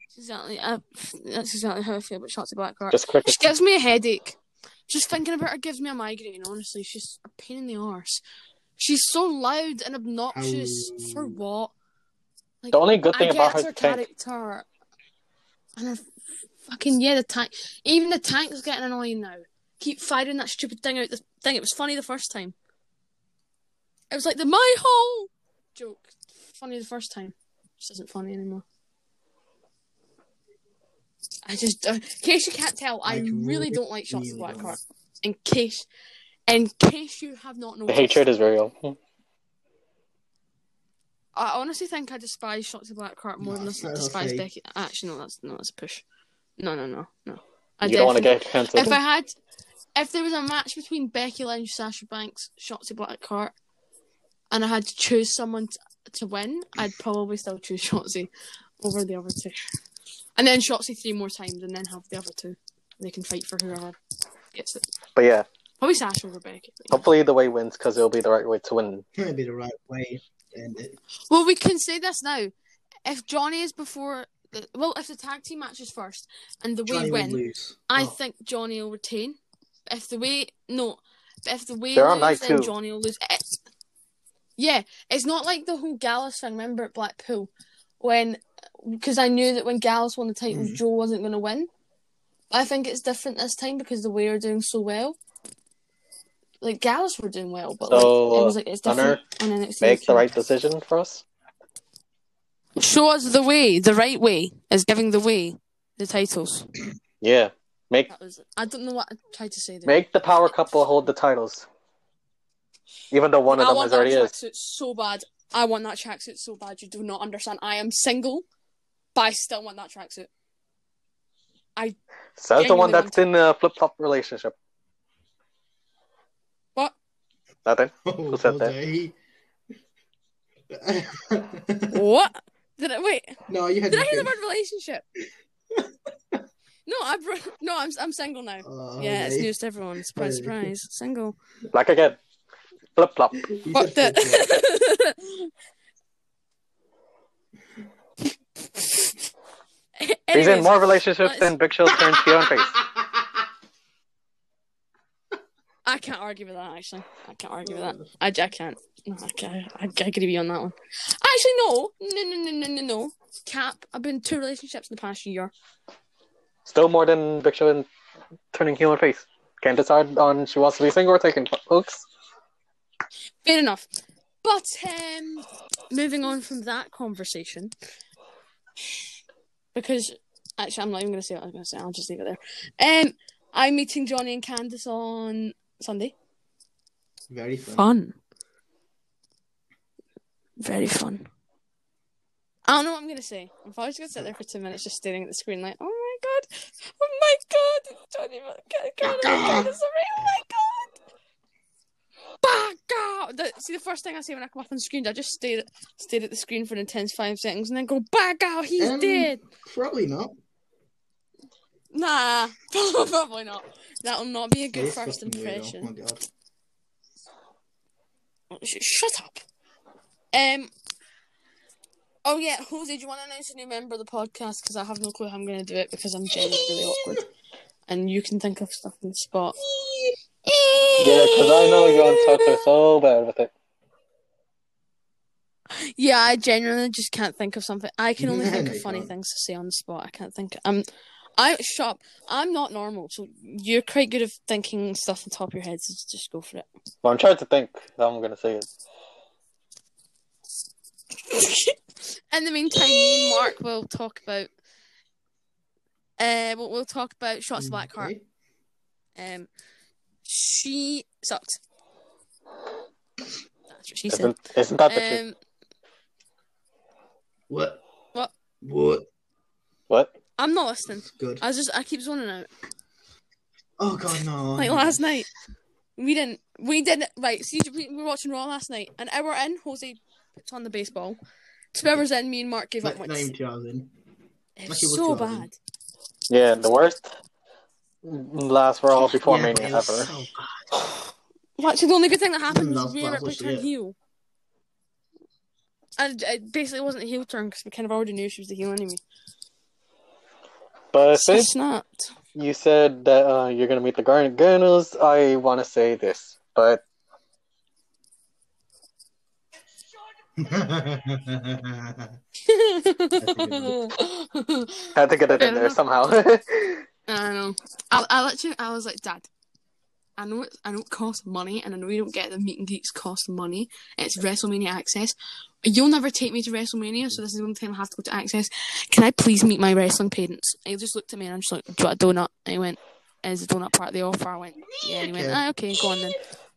Speaker 1: That's Exactly. I, that's exactly how I feel about Shotzi Blackheart.
Speaker 3: Just quick.
Speaker 1: She gives me a headache. Just thinking about her gives me a migraine. Honestly, she's a pain in the arse. She's so loud and obnoxious.
Speaker 2: Ow.
Speaker 1: For what?
Speaker 3: The only good
Speaker 1: I
Speaker 3: thing about
Speaker 1: get
Speaker 3: her
Speaker 1: her
Speaker 3: tank,
Speaker 1: character. And I fucking yeah, the tank. Even the tank's getting annoying now. Keep firing that stupid thing out the thing. It was funny the first time. It was like the my hole joke. Funny the first time. Just isn't funny anymore. I just, uh, in case you can't tell, I
Speaker 2: Like,
Speaker 1: really
Speaker 2: really,
Speaker 1: don't like shots of
Speaker 2: really don't.
Speaker 1: Blackheart. In case, in case you have not
Speaker 3: the
Speaker 1: noticed,
Speaker 3: hatred is Hmm. real.
Speaker 1: I honestly think I despise Shots of Blackheart more
Speaker 2: No,
Speaker 1: than I
Speaker 2: that's not
Speaker 1: despise
Speaker 2: okay.
Speaker 1: Becky. Actually, no, that's no, that's a push. No, no, no, no. I
Speaker 3: You don't want to
Speaker 1: definitely-
Speaker 3: get cancelled.
Speaker 1: If I had, if there was a match between Becky Lynch, Sasha Banks, Shotzi Blackheart, and I had to choose someone t- to win, I'd probably still choose Shotzi over the other two, and then Shotzi three more times, and then have the other two. They can fight for whoever gets it.
Speaker 3: But yeah,
Speaker 1: Probably Sasha over Becky. but yeah.
Speaker 3: hopefully the way wins because it'll be the right way to win.
Speaker 2: Might be the right way. to end it.
Speaker 1: Well, we can say this now. If Johnny is before, the, well, if the tag team match is first and the
Speaker 2: Johnny
Speaker 1: way
Speaker 2: will
Speaker 1: win,
Speaker 2: lose.
Speaker 1: I
Speaker 2: Oh.
Speaker 1: think Johnny will retain. If the way no, but if the way
Speaker 3: They're on
Speaker 1: lose,
Speaker 3: night
Speaker 1: then
Speaker 3: two.
Speaker 1: Johnny will lose. It's, yeah, it's not like the whole Gallus thing. Remember at Blackpool when, because I knew that when Gallus won the title,
Speaker 2: Mhm.
Speaker 1: Joe wasn't going to win. I think it's different this time because the way are doing so well. Like Gallus were doing well, but like,
Speaker 3: So,
Speaker 1: it was like it's different. on NXT.
Speaker 3: Make the right decision for us.
Speaker 1: Show us the way. The right way is giving the way the titles.
Speaker 3: Yeah, make
Speaker 1: That was. I don't know what I tried to say there.
Speaker 3: make the power couple hold the titles. Even though one of
Speaker 1: I
Speaker 3: them
Speaker 1: want
Speaker 3: is
Speaker 1: that
Speaker 3: already is.
Speaker 1: tracksuit so bad. I want that tracksuit so bad. You do not understand. I am single, but I still want that tracksuit.
Speaker 3: Says the one
Speaker 1: Genuinely
Speaker 3: that's in a flip flop relationship.
Speaker 1: What?
Speaker 3: Nothing.
Speaker 2: Oh,
Speaker 3: What's that
Speaker 2: Jose.
Speaker 1: What? Did I wait?
Speaker 2: no, you had
Speaker 1: Did I hear the
Speaker 2: nothing.
Speaker 1: word relationship? no, I br- no, I'm I'm single now.
Speaker 2: Oh,
Speaker 1: yeah, it's
Speaker 2: Jose.
Speaker 1: news to everyone. Surprise,
Speaker 2: Jose.
Speaker 1: surprise. Single.
Speaker 3: Like again, flip flop.
Speaker 2: You
Speaker 1: What
Speaker 2: said flip-flop.
Speaker 1: the?
Speaker 3: He's in
Speaker 1: Anyways,
Speaker 3: more relationships than Big Show's current heel and face.
Speaker 1: I can't argue with that. Actually, I can't argue with that. I, I can't. No, I can't. I, I agree on that one. Actually, no, no, no, no, no, no, no. Cap. I've been in two relationships in the past year.
Speaker 3: Still more than Big Show in turning heel and face. Can't decide on she wants to be single or taken, folks.
Speaker 1: Fair enough. But um, moving on from that conversation, because actually, I'm not even going to say what I was going to say. I'll just leave it there. Um, I'm meeting Johnny and Candace on Sunday.
Speaker 2: Very fun.
Speaker 1: Fun. Very fun. I don't know what I'm gonna say. I'm probably just gonna sit there for two minutes just staring at the screen like, oh my god, oh my god, it's Johnny Mac- God, God, it's a oh my god. Back out! The- See the first thing I say when I come up on screen, I just stare at stare at the screen for an intense five seconds and then go back out. He's
Speaker 2: Um,
Speaker 1: dead.
Speaker 2: Probably not.
Speaker 1: Nah, probably not. That'll not be a good
Speaker 2: This
Speaker 1: first
Speaker 2: fucking weirdo.
Speaker 1: impression.
Speaker 2: Oh my god.
Speaker 1: Sh- Shut up. Um. Oh yeah, Jose, do you want to announce a new member of the podcast? Because I have no clue how I'm going to do it because I'm genuinely really awkward, and you can think of stuff in the spot.
Speaker 3: Yeah, because I know you're on Twitter so bad with it.
Speaker 1: Yeah, I genuinely just can't think of something. I can only
Speaker 2: Yeah,
Speaker 1: think
Speaker 2: no,
Speaker 1: of
Speaker 2: you
Speaker 1: funny
Speaker 2: can't.
Speaker 1: things to say on the spot. I can't think. Um, I shut up. I'm not normal, so you're quite good at thinking stuff on top of your head. So just go for
Speaker 3: Well, I'm trying to think how I'm going to say it.
Speaker 1: it. In the meantime, me and Mark will talk about. Uh, we'll, we'll talk about shots Blackheart.
Speaker 2: Mm, Okay. Mm-hmm.
Speaker 1: Um, she sucked. That's what she said.
Speaker 3: Isn't, isn't that the truth?
Speaker 1: Um,
Speaker 2: What?
Speaker 1: What?
Speaker 2: What?
Speaker 3: What?
Speaker 1: I'm not listening.
Speaker 2: Good.
Speaker 1: I was just I keep zoning out.
Speaker 2: Oh god, no.
Speaker 1: Like last night, we didn't. We didn't. Right, see, we we were watching Raw last night. An hour in, Jose puts on the baseball. Two hours in, me and Mark gave up
Speaker 2: Not, not
Speaker 1: once.
Speaker 2: even two hours in.
Speaker 1: It
Speaker 2: Lucky
Speaker 1: was
Speaker 2: we're
Speaker 1: so
Speaker 2: two hours in.
Speaker 1: bad.
Speaker 3: Yeah, the worst last Raw before
Speaker 2: Yeah, but
Speaker 3: Mania
Speaker 2: it was
Speaker 3: ever.
Speaker 2: so bad.
Speaker 1: Well, actually, the only good thing that happened was
Speaker 2: That was-
Speaker 1: Rhea
Speaker 2: that was
Speaker 1: Ripley
Speaker 2: literally
Speaker 1: turned
Speaker 2: it.
Speaker 1: heel. And it basically wasn't a heel turn because we kind of already knew she was the heel anyway.
Speaker 3: But
Speaker 1: So
Speaker 3: since
Speaker 1: snapped.
Speaker 3: You said that uh, you're gonna meet the Garganos. I want to say this,
Speaker 1: I
Speaker 3: but I had to get it
Speaker 1: Fair
Speaker 3: in there
Speaker 1: enough.
Speaker 3: somehow.
Speaker 1: know. I, I literally, I was like, Dad, I know it, I know it costs money, and I know you don't get the meet and greets cost money. It's WrestleMania access. You'll never take me to WrestleMania, so this is the only time I have to go to access. Can I please meet my wrestling parents? And he just looked at me and I'm just like, Do you want a donut? And he went, Is the donut part of the offer? I went, Yeah. And he went,
Speaker 2: Okay.
Speaker 1: ah, Okay, go on then.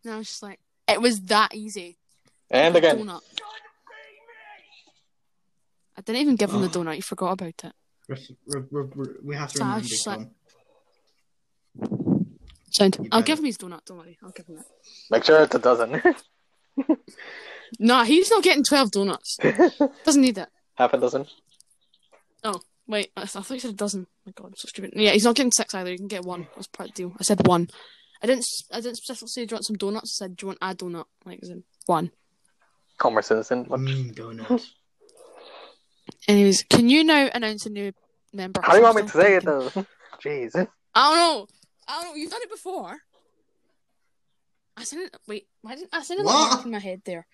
Speaker 1: And I was just like, It was that easy.
Speaker 3: and
Speaker 1: A
Speaker 3: again,
Speaker 1: donut. I didn't even give him the
Speaker 2: Oh.
Speaker 1: donut. He forgot about it.
Speaker 2: Re- re- re- re- we have to
Speaker 1: Gosh,
Speaker 2: remember this
Speaker 1: like-
Speaker 2: one.
Speaker 1: Sound.
Speaker 2: You
Speaker 1: I'll
Speaker 2: better.
Speaker 1: give him his donut. Don't worry. I'll give him that.
Speaker 3: make sure it's a dozen.
Speaker 1: Nah, he's not getting 12 donuts. Doesn't need that.
Speaker 3: Half a dozen.
Speaker 1: Wait, I I thought you said a dozen. Oh my god, I'm so stupid. Yeah, he's not getting six either. He can get one. That's part of the deal. I said one. I didn't. s- I didn't specifically say do you want some donuts. I said do you want a donut? Like as in one.
Speaker 3: Homer Simpson. What-
Speaker 2: Mm, donuts.
Speaker 1: Anyways, can you now announce a new member?
Speaker 3: How do you want me
Speaker 1: I'm
Speaker 3: to
Speaker 1: still
Speaker 3: say it
Speaker 1: thinking.
Speaker 3: though? Jeez.
Speaker 1: I don't know. I don't know. You've done it before. I said it. Wait, why didn't I said it
Speaker 2: What?
Speaker 1: in my head there?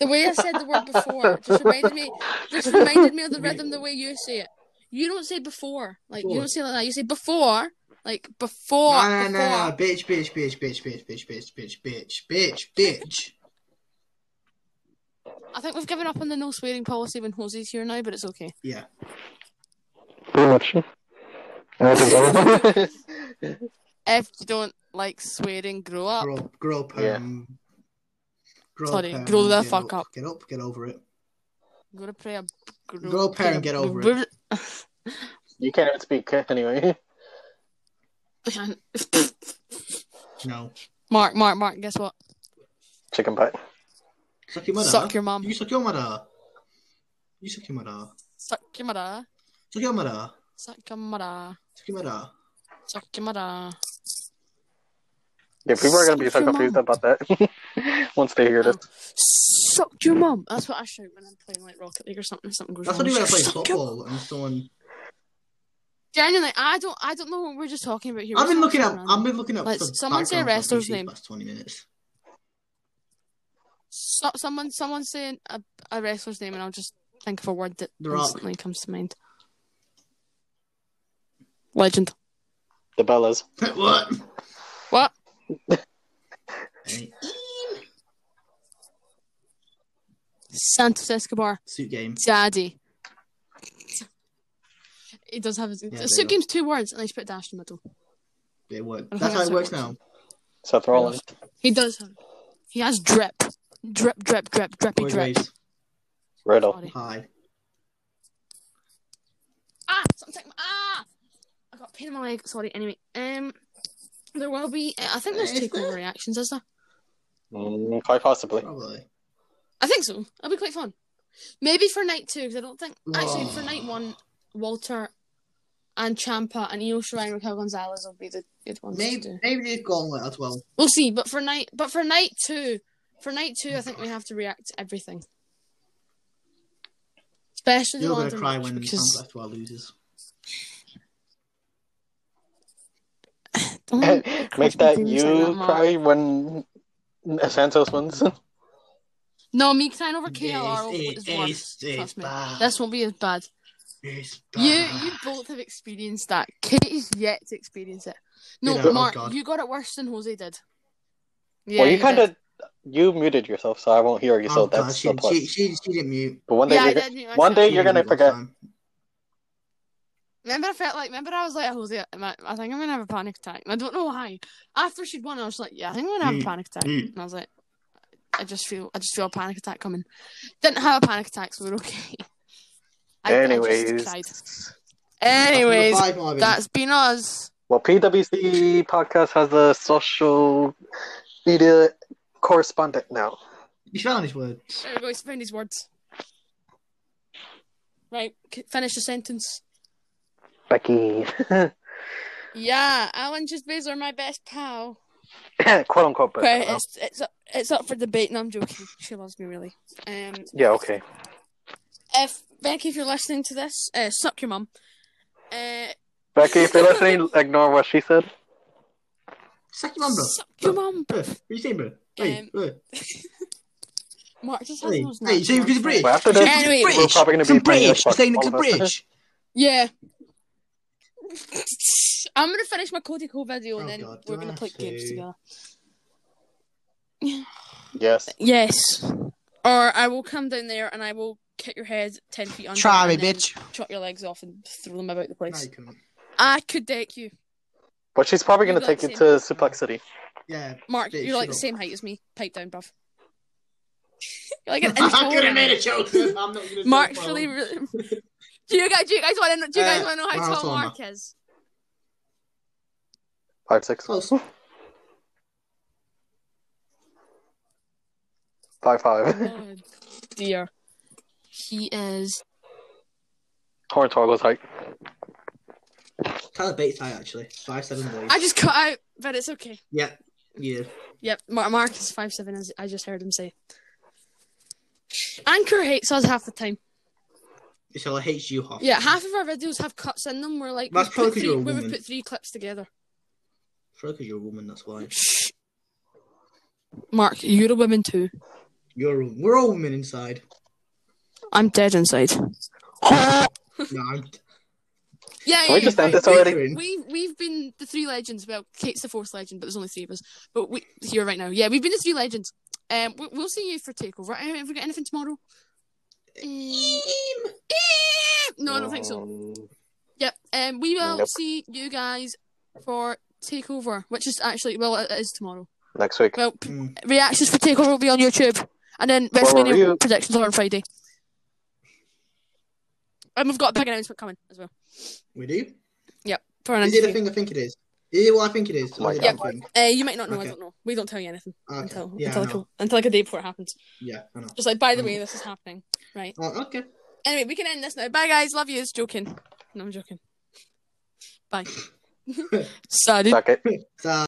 Speaker 1: The way I said the word before just reminded me. Just reminded me of the rhythm the way you say it. You don't say before. Like you
Speaker 2: Before.
Speaker 1: don't say it like that. You say before. Like before.
Speaker 2: Nah, nah, nah,
Speaker 1: before.
Speaker 2: nah, bitch, bitch, bitch, bitch, bitch, bitch, bitch, bitch, bitch, bitch, bitch.
Speaker 1: I think we've given up on the no swearing policy when Jose's here now, but it's okay.
Speaker 2: Yeah.
Speaker 3: Pretty much.
Speaker 1: If you don't like swearing, grow up.
Speaker 2: Grow up, grow up.
Speaker 3: Yeah.
Speaker 2: Um, grow up,
Speaker 1: Sorry,
Speaker 2: um,
Speaker 1: grow the
Speaker 2: get
Speaker 1: fuck up.
Speaker 2: Get up, get over it.
Speaker 1: Go to prayer. Grow,
Speaker 2: Grow up here and get over it.
Speaker 3: you can't even speak anyway.
Speaker 2: No.
Speaker 1: Mark, Mark, Mark. Guess what?
Speaker 3: Chicken butt.
Speaker 2: Suck your mother.
Speaker 1: Suck your mum.
Speaker 2: You suck your mother. You suck your mother.
Speaker 1: Suck your mother.
Speaker 2: Suck your mother.
Speaker 1: Suck your mother.
Speaker 2: Suck your mother.
Speaker 1: Suck your mother.
Speaker 3: Yeah, people are gonna be so
Speaker 1: Suck your
Speaker 3: confused
Speaker 1: mum.
Speaker 3: about that once they hear this.
Speaker 1: Suck your mum. That's what I shout when I'm playing like Rocket League or something. if Something goes
Speaker 2: That's
Speaker 1: wrong.
Speaker 2: what you when I play
Speaker 1: Suck your-
Speaker 2: football and someone.
Speaker 1: Genuinely, I don't, I don't know what we're just talking about here.
Speaker 2: I've been
Speaker 1: We're
Speaker 2: looking
Speaker 1: talking
Speaker 2: up.
Speaker 1: around.
Speaker 2: I've been looking up.
Speaker 1: Let's-
Speaker 2: some
Speaker 1: someone say a
Speaker 2: background stuff
Speaker 1: wrestler's
Speaker 2: for these
Speaker 1: name.
Speaker 2: Past twenty minutes.
Speaker 1: So, someone, someone saying a, a wrestler's name, and I'll just think of a word that
Speaker 2: The Rock.
Speaker 1: instantly comes to mind. Legend.
Speaker 3: The Bellas.
Speaker 2: what?
Speaker 1: What?
Speaker 2: Hey,
Speaker 1: Santos Escobar.
Speaker 2: suit game.
Speaker 1: Daddy. He does have his.
Speaker 2: there you
Speaker 1: Suit
Speaker 2: go.
Speaker 1: game's two words, and he's put a dash in the middle.
Speaker 2: It works.
Speaker 1: I don't
Speaker 2: That's
Speaker 1: think
Speaker 2: how
Speaker 1: that's
Speaker 2: it
Speaker 1: how
Speaker 2: works
Speaker 1: it
Speaker 2: now.
Speaker 3: Seth Rollins.
Speaker 1: He does have. He has drip. Drip, drip, drip, drippy,
Speaker 2: Boys
Speaker 1: drip.
Speaker 2: race.
Speaker 3: Riddle.
Speaker 1: Sorry.
Speaker 2: Hi.
Speaker 1: Ah, something. Ah, I got a pain in my leg. Sorry. Anyway, um, there will be. uh, I think there's
Speaker 2: Is
Speaker 1: takeover
Speaker 2: there?
Speaker 1: reactions, is there?
Speaker 3: Mm, quite possibly.
Speaker 2: Probably.
Speaker 1: I think so. That'll be quite fun. Maybe for night two, because I don't think actually for night one, Walter and Champa and Io Shirai and Raquel Gonzalez will be the good ones. to
Speaker 2: Maybe
Speaker 1: do.
Speaker 2: maybe they've gone like as well.
Speaker 1: We'll see. But for night, but for night two, for night two, I think we have to react to everything. Especially
Speaker 2: You're
Speaker 1: the
Speaker 2: gonna
Speaker 1: London
Speaker 2: cry
Speaker 1: match,
Speaker 2: when
Speaker 1: because
Speaker 2: Tampa Twelve loses.
Speaker 1: Don't
Speaker 3: Make
Speaker 1: crush my
Speaker 3: that
Speaker 1: dreams
Speaker 3: you
Speaker 1: like that, Mark.
Speaker 3: cry when Santos wins.
Speaker 1: No, me crying over KLR
Speaker 2: It's-
Speaker 1: is
Speaker 2: it-
Speaker 1: worse.
Speaker 2: it's-
Speaker 1: Trust
Speaker 2: it's
Speaker 1: me.
Speaker 2: bad.
Speaker 1: This won't be as bad.
Speaker 2: It's
Speaker 1: You
Speaker 2: bad.
Speaker 1: you both have experienced that. Kate is yet to experience it. No,
Speaker 2: Did I? Oh,
Speaker 1: Mark,
Speaker 2: God.
Speaker 1: you got it worse than Jose did. Yeah,
Speaker 3: well, you
Speaker 1: he
Speaker 3: kind
Speaker 1: did.
Speaker 3: of you muted yourself, so I won't hear you. So
Speaker 2: Oh, God,
Speaker 3: that's
Speaker 2: she,
Speaker 3: the plus.
Speaker 2: she, she, she didn't mute.
Speaker 3: But one day,
Speaker 1: Yeah, I
Speaker 3: you're,
Speaker 1: did
Speaker 3: go-
Speaker 1: mute
Speaker 3: one
Speaker 1: myself.
Speaker 3: day
Speaker 2: She
Speaker 3: you're gonna
Speaker 2: didn't mute
Speaker 3: forget.
Speaker 2: last time.
Speaker 1: Remember, I felt like. Remember, I was like, Jose, I might- I think I'm gonna have a panic attack. And I don't know why. After she'd won, I was like, yeah, I think I'm gonna have
Speaker 2: Mm,
Speaker 1: a panic attack.
Speaker 2: mm.
Speaker 1: And I was like, I just feel, I just feel a panic attack coming. Didn't have a panic attack, so we're okay. I, I just cried.
Speaker 3: Anyways,
Speaker 1: Anyways,
Speaker 2: Five, Marvin.
Speaker 1: that's been us.
Speaker 3: well, PWC podcast has a social media correspondent now.
Speaker 2: He's found his word.
Speaker 1: There we go. He's found his words. Right, c- finish the sentence.
Speaker 3: Becky,
Speaker 1: Yeah, Alan Chisbays are my best pal.
Speaker 3: quote unquote. But,
Speaker 2: uh,
Speaker 1: Well, it's it's up, it's up for debate, and I'm joking. She loves me really. Um,
Speaker 3: yeah, okay.
Speaker 1: if Becky, if you're listening to this, uh, suck your mum. Uh,
Speaker 3: Becky, if you're listening, ignore what she said.
Speaker 2: Second one, bro.
Speaker 1: suck your
Speaker 2: Bro,
Speaker 1: mum.
Speaker 2: bro, What are you saying, bro? Hey,
Speaker 1: Um,
Speaker 2: bro.
Speaker 1: Mark just has
Speaker 2: Hey,
Speaker 1: those
Speaker 2: hey, you saying because
Speaker 1: natural-
Speaker 2: you're British?
Speaker 3: Well, after
Speaker 2: You
Speaker 3: this,
Speaker 2: saying 'cause you're
Speaker 1: Anyway.
Speaker 3: we're probably gonna be
Speaker 2: Some
Speaker 3: friendly
Speaker 2: British. You're
Speaker 3: as fuck,
Speaker 2: saying
Speaker 3: all
Speaker 2: because
Speaker 3: of us.
Speaker 2: British.
Speaker 1: Yeah. I'm gonna finish my Cody Co video and
Speaker 2: Oh,
Speaker 1: then
Speaker 2: God, do
Speaker 1: we're
Speaker 2: I
Speaker 1: gonna
Speaker 2: have
Speaker 1: play
Speaker 2: to?
Speaker 1: games together.
Speaker 3: Yes.
Speaker 1: Yes. Or I will come down there and I will kick your head ten feet under.
Speaker 2: Try me,
Speaker 1: and then
Speaker 2: bitch.
Speaker 1: Chop your legs off and throw them about the
Speaker 2: No,
Speaker 1: place.
Speaker 2: you couldn't.
Speaker 1: I could deck you,
Speaker 3: But she's probably
Speaker 1: You
Speaker 3: going to
Speaker 1: got
Speaker 3: take
Speaker 1: the
Speaker 3: you to
Speaker 1: same-
Speaker 3: Suplex City.
Speaker 2: Yeah.
Speaker 1: Mark.
Speaker 2: Bitch,
Speaker 1: you're like
Speaker 2: shut
Speaker 1: the
Speaker 2: up.
Speaker 1: same height as me. Pipe down, bruv. you're like an inch
Speaker 2: I could
Speaker 1: taller
Speaker 2: have
Speaker 1: than me.
Speaker 2: made a joke. I'm not gonna do
Speaker 1: Mark's
Speaker 2: it, bro.
Speaker 1: really, really. Do you guys? Do you guys want to? Do you guys
Speaker 2: Uh,
Speaker 1: want to know
Speaker 2: well,
Speaker 1: how
Speaker 2: that's
Speaker 1: tall
Speaker 2: all I know.
Speaker 1: Mark is?
Speaker 3: Five, six.
Speaker 2: Close.
Speaker 3: Five, five.
Speaker 1: Oh dear. He is.
Speaker 3: Horn Toggle's height.
Speaker 2: Tyler Bates high actually. Five seven boys.
Speaker 1: I just cut out, but it's okay.
Speaker 2: Yeah. Yeah.
Speaker 1: Yep, Mar- Mark is five seven, as I just heard him say. Anchor hates us half the time.
Speaker 2: So I hate you half.
Speaker 1: Yeah, half of our videos have cuts in them. We're like,
Speaker 2: That's
Speaker 1: we've
Speaker 2: probably
Speaker 1: put
Speaker 2: 'cause
Speaker 1: three,
Speaker 2: you're a
Speaker 1: we would
Speaker 2: woman.
Speaker 1: put three clips together.
Speaker 2: Probably because you're a woman, that's why.
Speaker 1: Shh. Mark, you're a woman too.
Speaker 2: You're a, we're all women inside.
Speaker 1: I'm dead inside.
Speaker 2: no, I'm
Speaker 1: Yeah,
Speaker 3: Can
Speaker 1: yeah,
Speaker 3: we
Speaker 1: yeah,
Speaker 3: just
Speaker 1: right.
Speaker 3: end this already?
Speaker 2: bickering.
Speaker 1: We we've been the three legends. Well, Kate's the fourth legend, but there's only three of us. But we here right now. Yeah, we've been the three legends. Um, we, we'll see you for takeover. Um, Have we got anything tomorrow? Um,
Speaker 2: Eem.
Speaker 1: Eh,
Speaker 2: Oh,
Speaker 1: no, I don't think so.
Speaker 3: Um,
Speaker 1: Yep. Um, we will
Speaker 3: Nope.
Speaker 1: see you guys for takeover, which is actually well, it is tomorrow.
Speaker 3: Next week.
Speaker 1: Well, p-
Speaker 2: Mm.
Speaker 1: reactions for takeover will be on YouTube, and then
Speaker 3: Well,
Speaker 1: WrestleMania
Speaker 3: review-
Speaker 1: predictions are on Friday. And we've got a big announcement coming as well
Speaker 2: We do?
Speaker 1: for an
Speaker 2: Is it the
Speaker 1: interview.
Speaker 2: thing I think it is? Is it what I think it is?
Speaker 3: Oh my
Speaker 2: Or is it
Speaker 1: God.
Speaker 2: what I think?
Speaker 1: Uh, you might not know.
Speaker 2: Okay.
Speaker 1: I don't know. We don't tell you anything
Speaker 2: Okay.
Speaker 1: until
Speaker 2: yeah,
Speaker 1: until,
Speaker 2: I
Speaker 1: like a,
Speaker 2: know.
Speaker 1: until like a day before it happens.
Speaker 2: yeah, I know.
Speaker 1: Just like, by the
Speaker 2: Mm.
Speaker 1: way, this is happening. Right.
Speaker 2: Oh, okay.
Speaker 1: Anyway, we can end this now. Bye, guys. Love you. It's joking. No, I'm joking. Bye. Sorry.
Speaker 3: Suck it.
Speaker 2: So